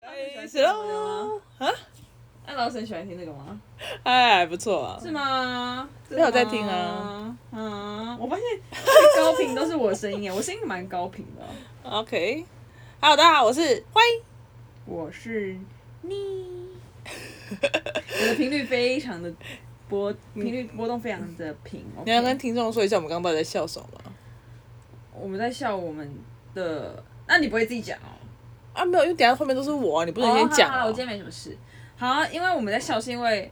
哎始喽！啊，那老沈喜欢听这个吗？哎，不错啊。是吗？没有在听啊。嗯，我发现最高频都是我的声音耶，我声音蛮高频的。 OK，h e 大家好，我是欢迎。我是 你，我的频率非常的波，频率波动非常的平。你要跟听众说一下我们刚刚到底在笑什么吗？我们在笑我们的，那你不会自己讲哦？啊，没有，因为等一下后面都是我、啊，你不不能先讲、哦好啊好我今天没什么事。好，因为我们在笑是因为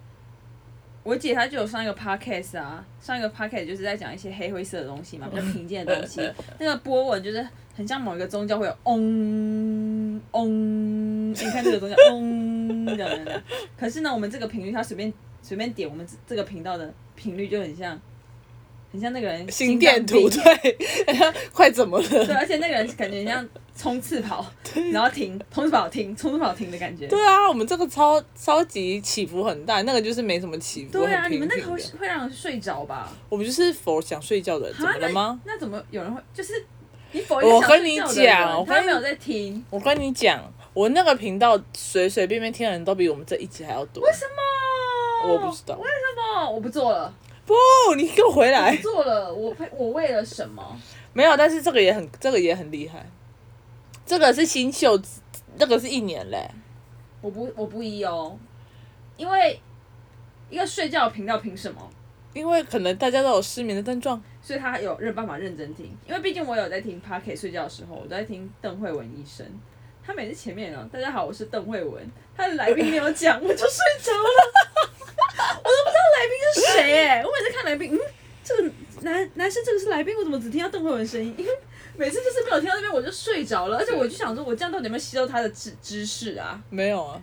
我姐她就有上一个 podcast 啊，上一个 podcast 就是在讲一些黑灰色的东西 嘛，比较平静的东西。那个波纹就是很像某一个宗教会有嗡嗡，你看这个宗教 嗡这样这样这样。可是呢，我们这个频率，它随便随便点，我们这这个频道的频率就很像，很像那个人心心电脏病图，对，快怎么对，了？而且那个人感觉很像冲刺跑， 然后停，冲刺跑停，冲刺跑停的感觉。对啊，我们这个超超级起伏很大，那个就是没什么起伏。对啊，很你平们那个静会的会让人睡着吧？我们就是否想睡觉的人，怎么了吗？那那怎么有人会就是你否我定想跟睡你觉的讲人我他跟没有你在听，我跟你讲，我那个频道随随便便听的人都比我们这一集还要多。为为什么？我不知道为什么？我不做了，不，你给我回我来不。做了，我呸我为了什么？没有，但是这个也很，这个也很厉害。这个是新秀，这个是一年嘞、我不我不一哦，因为一个睡觉的频道凭什么？因为可能大家都有失眠的症状。所以他有认办法认真听，因为毕竟我有在听 p a r k e 睡觉的时候，我都在听邓慧文医生。他每次前面哦，大家好，我是邓慧文，他的来宾没有讲，我就睡着了， 我都不知道来宾是谁哎、我每次看来宾，嗯，这个男男生这个是来宾，我怎么只听到邓慧文声音？因为每次就是没有听到那边我就睡着了，而且我就想说，我这样到底有没有吸收他的知知识啊？没有啊，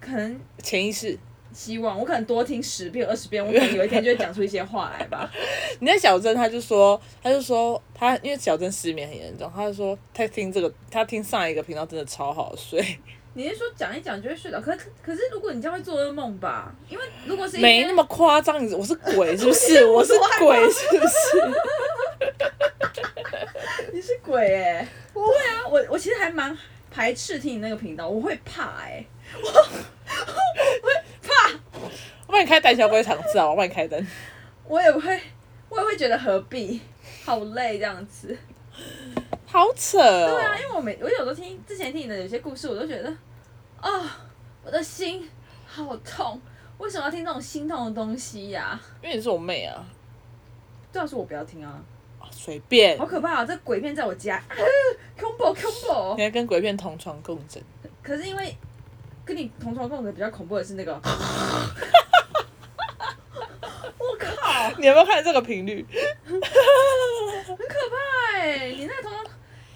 可能潜意识。希望我可能多听十遍二十遍，我可能有一天就会讲出一些话来吧。你看小珍，她就说，她就说，她因为小珍失眠很严重，她就说她听这个，她听上一个频道真的超好睡，你是说讲一讲就会睡着？可可可是如果你这样会做噩梦吧？因为如果是一些没那么夸张。你我是鬼是 不是？我是鬼是不是？你是鬼哎、不会啊，我我其实还蛮排斥听你那个频道，我会怕哎、我帮你开胆小鬼场次啊，我帮你开灯。我也会我也会觉得何必，好累这样子。好扯哦！对啊，因为我每我有时候听之前听你的有些故事，我都觉得啊、我的心好痛，为什么要听这种心痛的东西呀、因为你是我妹啊，最好是我不要听啊，啊随便好，可怕啊！这鬼片在我家、 啊、，combo combo 你。还跟鬼片同床共枕，可是因为跟你同床共枕比较恐怖的是 那个，我靠，你有没有看这个频率？很可怕哎、你那个同床，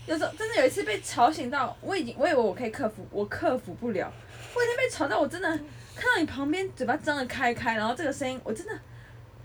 有时候真的有一次被吵醒到，我已经我以为我可以克服，我克服不了，我已经被吵到，我真的看到你旁边嘴巴张得开开，然后这个声音，我真的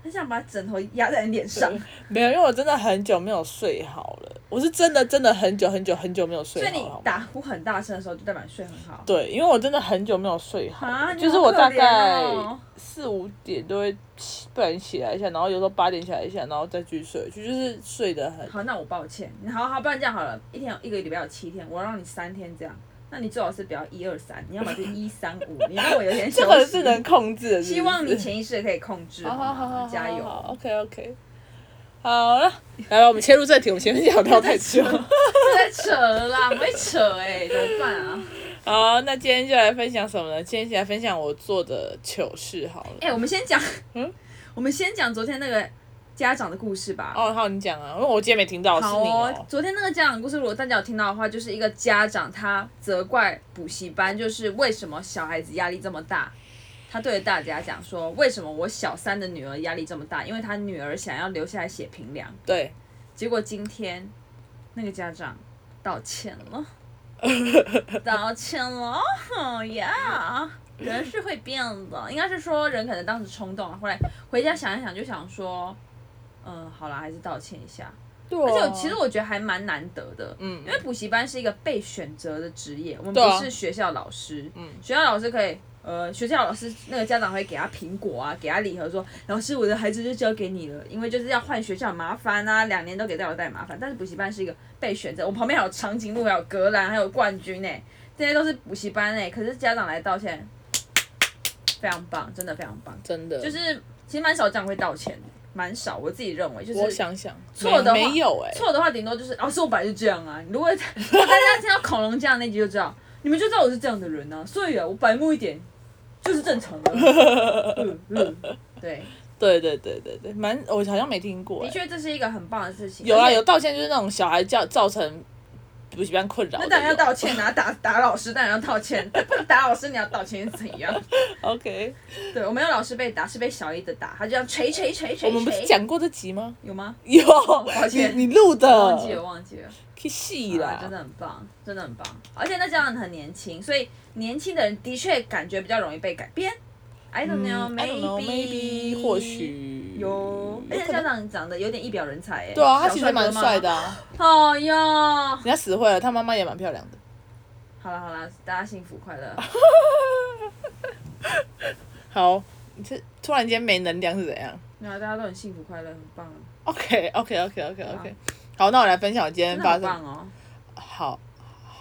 很想把枕头压在你脸上。没有，因为我真的很久没有睡好了，我是真的真的很久很久很久没有睡所以好你了。好吗打呼很大声的时候，就代表你睡很好。对，因为我真的很久没有睡好了，啊，你好就是我大可怜概哦四五点都会起，不然起来一下，然后有时候八点起来一下，然后再继续睡，去，就是睡得很。好，那我抱歉。你好好，不然这样好了，一天有一个礼拜有七天，我让你三天这样。那你最好是不要一二三，你要么就一三五，你让我有 点休息。这个是能控制的是不是希望你潜意识可以控制，好好好好吗好，加油！ ，OK OK，好了，来吧，我们切入正题，我们前面讲到太久。这在扯了啦，不会扯哎、怎么办啊？好，那今天就来分享什么呢？今天就来分享我做的糗事好了。哎、我们先讲，嗯我们先讲昨天那个家长的故事吧。哦，好，你讲啊，因为我今天没听到，是好你哦哦，。昨天那个家长故事，如果大家有听到的话，就是一个家长他责怪补习班，就是为什么小孩子压力这么大。他对着大家讲说，为什么我小三的女儿压力这么大？因为他女儿想要留下来写评量。对，结果今天那个家长道歉 了，道歉了，哦呀、人是会变的，应该是说人可能当时冲动了，后来回家想一想，就想说，嗯，好了，还是道歉一下。对、而且我其实我觉得还蛮难得的，哦嗯因为补习班是一个被选择的职业，我们对啊不是学校老师，嗯学校老师可以。呃，学校老师那个家长会给他苹果啊，给他礼盒说，老师我的孩子就交给你了，因为就是要换学校很麻烦啊，两年都给带我带麻烦。但是补习班是一个被选择，我旁边还有长颈鹿，还有格兰，还有冠军呢、欸这些都是补习班哎、可是家长来道歉，非常棒，真的非常棒。真的，就是其实蛮少家长会道歉的，蛮少。我自己认为，就我是想想，错的话没没有哎、错的话，顶多就是老师我本来就这样啊。如果大家听到恐龙这样那集就知道，你们就知道我是这样的人啊。所以啊，我白目一点就是正常的。嗯嗯，对，对对对对对，蛮我好像没听过、的欸。确这是一个很棒的事情。有啊，而且有道歉就是那种小孩叫造成补习班困扰的那有。当然要道歉啊，打打老师当然要道歉，不打老师你要道歉是怎样？ OK，对，我没有老师被打，是被小一的打，他就这样捶捶捶我捶们不是捶。讲过这 集吗？有吗？有，抱歉你你录的，忘记了，忘记了。去戏啦、啊真的很棒，真的很棒。而且那家长很年轻，所以年轻的人的确感觉比较容易被改变。I don't 嗯 know,、 I don't know, maybe 或许有，而且可家能长长得有点一表人才哎。对啊，他小其实蛮哥吗帅。的、啊，哦哟，好人家死会了，他妈妈也蛮漂亮的。了好了，大家幸福快乐。 好，你这突然间没能量是怎样没有，大家都很幸福快乐，很棒， ？OK OK OK OK OK，好，那我来分享我今天真的发很生棒哦。好。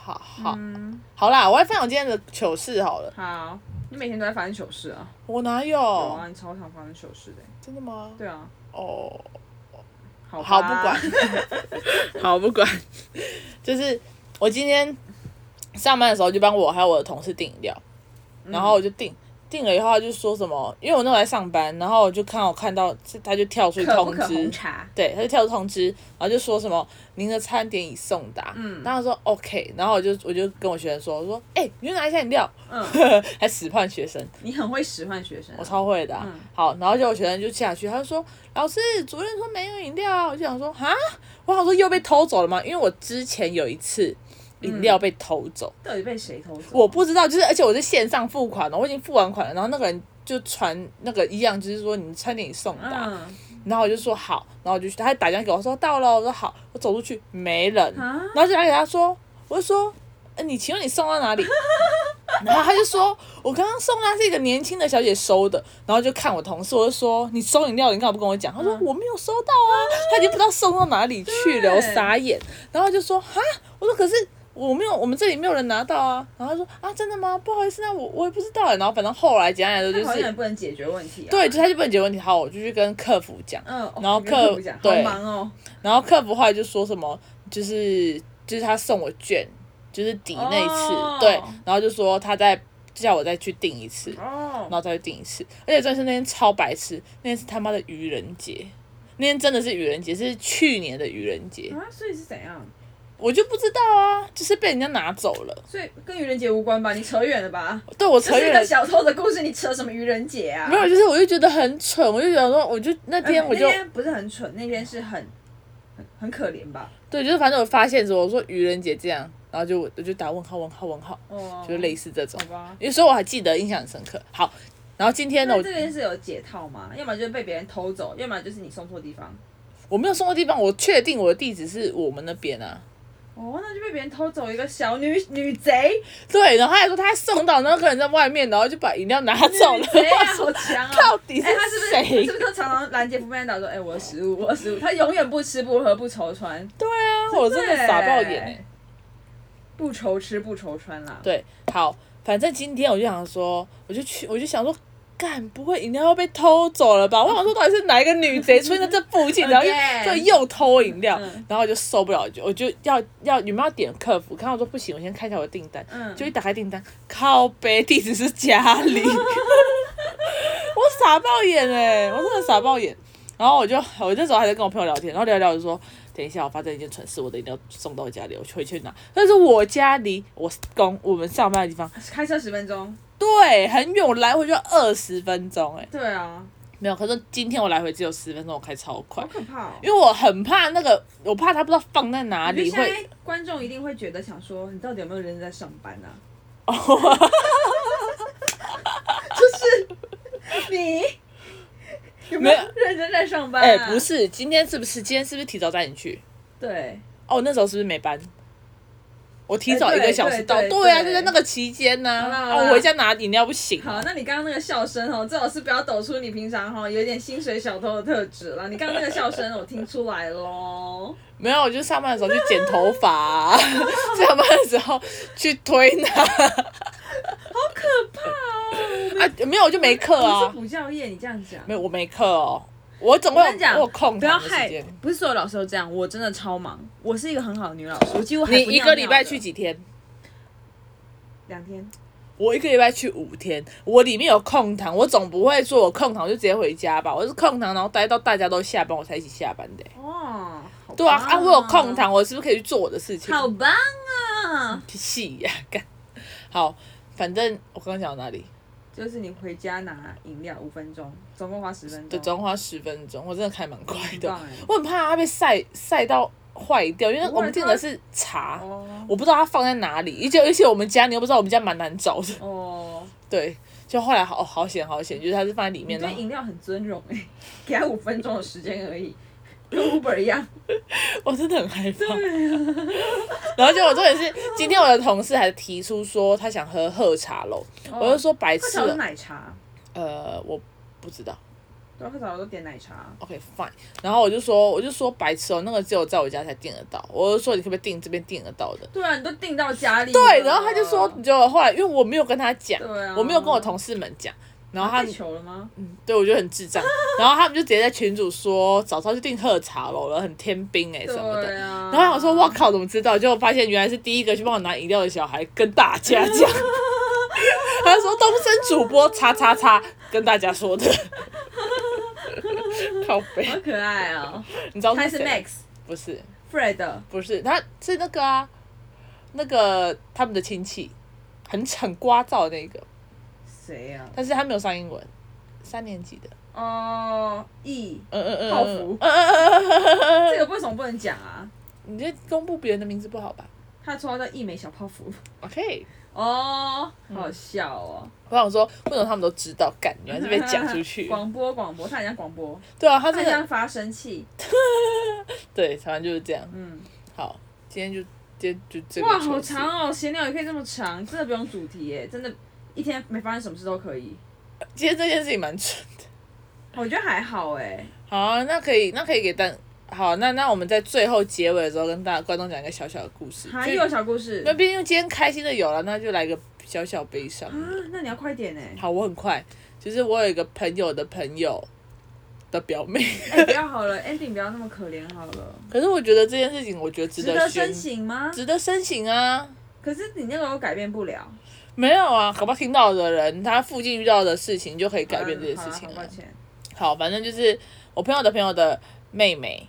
好好、嗯，好啦，我来分享我今天的糗事好了。好。你每天都在发生糗事啊？我哪有？有啊，你超常发生糗事的欸。真的吗？对啊，哦，好吧。啊好不管， 好不管，就是我今天上班的时候就帮我还有我的同事订饮料，嗯然后我就订。订了以后，他就说什么？因为我那时候来上班，然后我就看我看到，他就跳出可通 不可知红，茶？对，他就跳出通知，然后就说什么您的餐点已送达，嗯然后我说 OK，然后我就我就跟我学生说，我说哎、你去拿一下饮料，嗯， 还使唤学生，你很会使唤学生啊。我超会的啊、嗯好，然后就有学生就下去，他就说老师，主任说没有饮料，我就想说哈，我想说又被偷走了吗？因为我之前有一次饮嗯料被偷走，到底被谁偷走？啊我不知道，就是而且我是线上付款了，我已经付完款了，然后那个人就传那个一样，就是说你餐点已送达，嗯然后我就说好，然后我就去，他还打电话给我说到了，我说好，我走出去没人，啊，然后就打给他说，我就说，呃你请问你送到哪里？然后他就说，我刚刚送他是一个年轻的小姐收的，然后就看我同事，我就说你收饮料，你干嘛不跟我讲？他说、嗯我没有收到啊，他已经不知道送到哪里去了，我对傻眼。然后就说哈，我说可是。我没有，我们这里没有人拿到啊。然后他说啊，真的吗？不好意思，那我我也不知道欸。然后反正后来简单来说那就好像也是，不能解决问题啊。对，就他就不能解决问题。好，我就去跟客服讲。嗯，哦然后你跟客客服讲，好对忙哦，然后客服后来就说什么，就是就是他送我券，就是抵那一次，哦对，然后就说他再叫我再去订一次，然哦，后再去订一次，而且真的是那天超白痴，那天是他妈的愚人节，那天真的是愚人节，是去年的愚人节，啊，所以是怎样？我就不知道啊，就是被人家拿走了，所以跟愚人节无关吧？你扯远了吧？对我这是承一认个了。小偷的故事，你扯什么愚人节啊？没有，就是我就觉得很蠢，我就想说，我就那哎，天我就那天不是很蠢，那天是很很很可怜吧？对，就是反正我发现说，我说愚人节这样，然后就我我就打问号问号问号，哦，就类似这种好。吧。有时候我还记得，印象很深刻。好，然后今天呢，那我这件事有解套吗？要么就是被别人偷走，要么就是你送错地方。我没有送过地方，我确定我的地址是我们那边啊。哦，那就被别人偷走一个小女女贼，对，然后他还说他还送到那个人在外面，然后就把饮料拿 走女了。贼 啊，好强啊！到底是哎、他是不是谁？是不是都常常拦截不被导说，哎、我的食物，我的食物，他永远不吃不喝不愁穿，对啊，我真的傻爆眼、欸。不愁吃不愁穿啦。对，好，反正今天我就想说，我就去，我就想说。干，不会饮料要被偷走了吧？我想说到底是哪一个女贼出现在这 附近，然后 Again 又就又偷饮料哦嗯，然后我就受不了，就我就要要你们要点客服，看我说不行，我先看一下我的订单，嗯，就一打开订单，靠背地址是家里， 我傻爆眼哎、我真的傻爆眼。然后我就我那时候还在跟我朋友聊天，然后聊一聊我就说，等一下我发生一件蠢事，我的一定要送到我家里，我回去拿。但是我家离我公我们上班的地方，开车十分钟。对，很远，我来回就要二十分钟哎、对啊，没有，可是今天我来回只有十分钟，我开超快好，可怕哦。因为我很怕那个，我怕他不知道放在哪我觉得里现会。在观众一定会觉得想说，你到底有没有认真在上班啊？哦 就是你有没有没有认真在上班、啊？哎、不，是，今天是不是今天是不是提早带你去？对，哦，那时候是不是没班？我提早一个小时到，哎对对对对啊，对就在那个期间呢、好啦啊，好啦我回家拿饮料不行好啊，，那你刚刚那个笑声哦，最好是不要抖出你平常哈有点薪水小偷的特质了。你刚刚那个笑声我听出来喽。没有，我就上班的时候去剪头发、啊， 上班的时候去推拿，啊，没有我就没课不是啊，补教业，你这样讲。没有我没课哦，我总我共跟你讲，有我有空不要堂的时害间，，不是所有老师都这样。我真的超忙，我是一个很好的女老师，我几乎还不你尿一个礼拜尿的去几天？两天，我一个礼拜去五天，我里面有空堂，我总不会说我空堂就直接回家吧？我是空堂，然后待到大家都下班，我才一起下班的欸、哇，哦好对啊，棒哦啊，我有空，堂，我是不是可以去做我的事情？好棒啊！屁呀、干！好，反正我刚刚讲到哪里？就是你回家拿饮料五分钟，总共花十分钟，对，总共花十分钟，我真的开蛮快啊很的棒。哎。我很怕它被晒晒到坏掉，因为不会我们订的是茶，哦我不知道它放在哪里，而且而且我们家你又不知道我们家蛮难找的，哦，对。就后来好好险好险，就是它是放在里你面的对。饮料很尊荣哎， 给他五分钟的时间而已， 跟 Uber 一样。我真的很害怕。然后结果重点是，今天我的同事还提出说他想喝喝茶喽，我就说白喝痴茶是啊了，奶茶，呃，我不知啊 道。对，喝茶我都点奶茶。 OK fine，然后我就说我就说白痴哦、那个只有在我家才订得到，我就说你可不可以订这边订得到的？对啊，你都订到家里了。对，然后他就说，就后来因为我没有跟他讲，嗯对啊我没有跟我同事们讲，然后他太糗了吗？对我觉得很智障，然后他们就直接在群主说早上就订喝茶楼了，很天兵哎、什么的对，啊。然后我想说，哇靠，怎么知道？结果发现原来是第一个去帮我拿饮料的小孩跟大家讲， 他说东森主播叉叉叉跟大家说的， 靠背，好可爱哦！你知道他是是谁 Max 不是 Fred，不是，他是那个啊，那个他们的亲戚，很很聒噪的那个，谁啊？但是他没有上英文，三年级的，哦，E，嗯嗯嗯，泡芙嗯嗯呃嗯嗯嗯嗯这嗯，个为什么不能讲啊？你这公布别人的名字不好吧他绰号叫一美小泡芙。 ？OK。哦，好笑哦！我想说，为什么他们都知道？干，原来是被讲出 去。广播广播，他很像广播，对啊，他他真很的像发声器。对，反正就是这样。嗯，好，今天就今天就这个。哇，好长。哦！闲聊也可以这么长，真的不用主题耶，真的，一天没发生什么事都可以。哦今天这件事情蛮蠢的。我觉得还好哎，好啊，那可以，那可以给大好，那那我们在最后结尾的时候跟大家观众讲一个小小的故事。还就有小故事那毕竟今天开心的有了，那就来个小小悲伤。啊，那你要快点哎，好，我很快，就是我有一个朋友的朋友的表妹， 哎，不要好了，ending 不要那么可怜好了，可是我觉得这件事情，我觉得值值得宣深，省吗？值得深省啊。可是你那个我改变不了。没有啊，搞不好听到的人，他附近遇到的事情就可以改变这件事情好啦好啊抱。歉，好，反正就是我朋友的朋友的妹妹，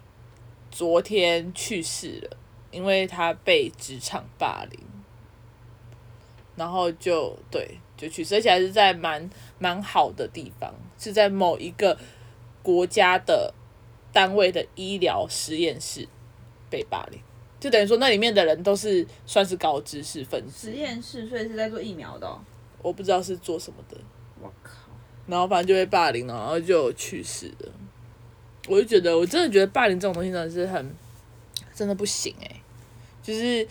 昨天去世了，因为她被职场霸凌，然后就对就去世，而且还是在蛮蛮好的地方，是在某一个国家的单位的医疗实验室被霸凌，就等于说那里面的人都是算是高知识分子，实验室所以是在做疫苗的哦、我不知道是做什么的，我靠，然后反正就被霸凌，然后就去世了。我就觉得，我真的觉得霸凌这种东西真的是很，真的不行哎、就是，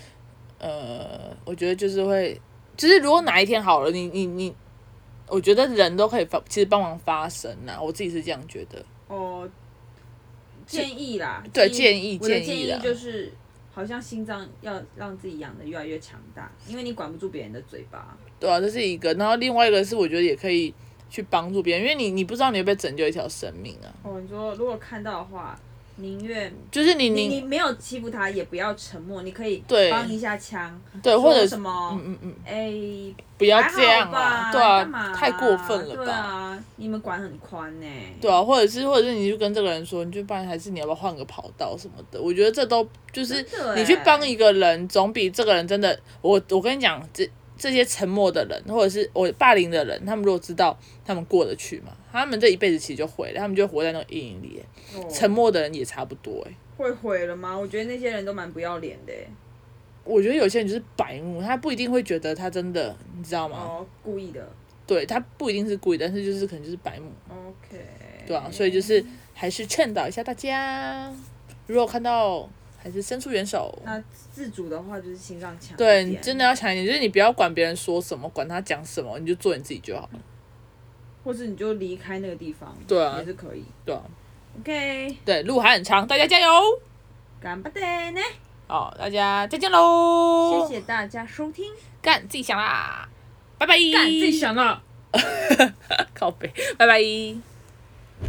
呃，我觉得就是会，就是如果哪一天好了，你你你，我觉得人都可以发，其实帮忙发声呐，我自己是这样觉得。哦，建议啦，对建议我的建议建啦议就是，好像心脏要让自己养的越来越强大，因为你管不住别人的嘴巴。对啊，这是一个，然后另外一个是我觉得也可以去帮助别人，因为你你不知道你会被拯救一条生命啊，哦，你说如果看到的话，宁愿就是你你你你没有欺负他，也不要沉默，你可以对帮一下腔，对，说或者什么嗯嗯嗯，哎、不要还好这样吧啊，对干嘛啊，啊太过分了吧？对啊，你们管很宽呢、对啊，或者是或者是你就跟这个人说，你就帮，还是你要不要换个跑道什么的？我觉得这都就是真的欸你去帮一个人，总比这个人真的，我我跟你讲，这这些沉默的人，或者是我霸凌的人，他们如果知道他们过得去嘛，他们这一辈子其实就毁了，他们就活在那个阴影里。哦沉默的人也差不多哎、会毁了吗？我觉得那些人都蛮不要脸的、欸。我觉得有些人就是白目，他不一定会觉得他真的，你知道吗？哦，故意的。对他不一定是故意，但是就是可能就是白目。 OK。啊对啊，所以就是还是劝导一下大家，如果看到还是伸出援手。那自主的话就是心脏强一对嗯点，你真的要强一点，就是你不要管别人说什么，管他讲什么，你就做你自己就好了。或是你就离开那个地方，对啊也是可以。对啊， OK，对，路还很长，大家加油！干巴得呢，好，大家再见喽！谢谢大家收听，干自己想啦，拜拜！ 干自己想了。靠背，拜拜。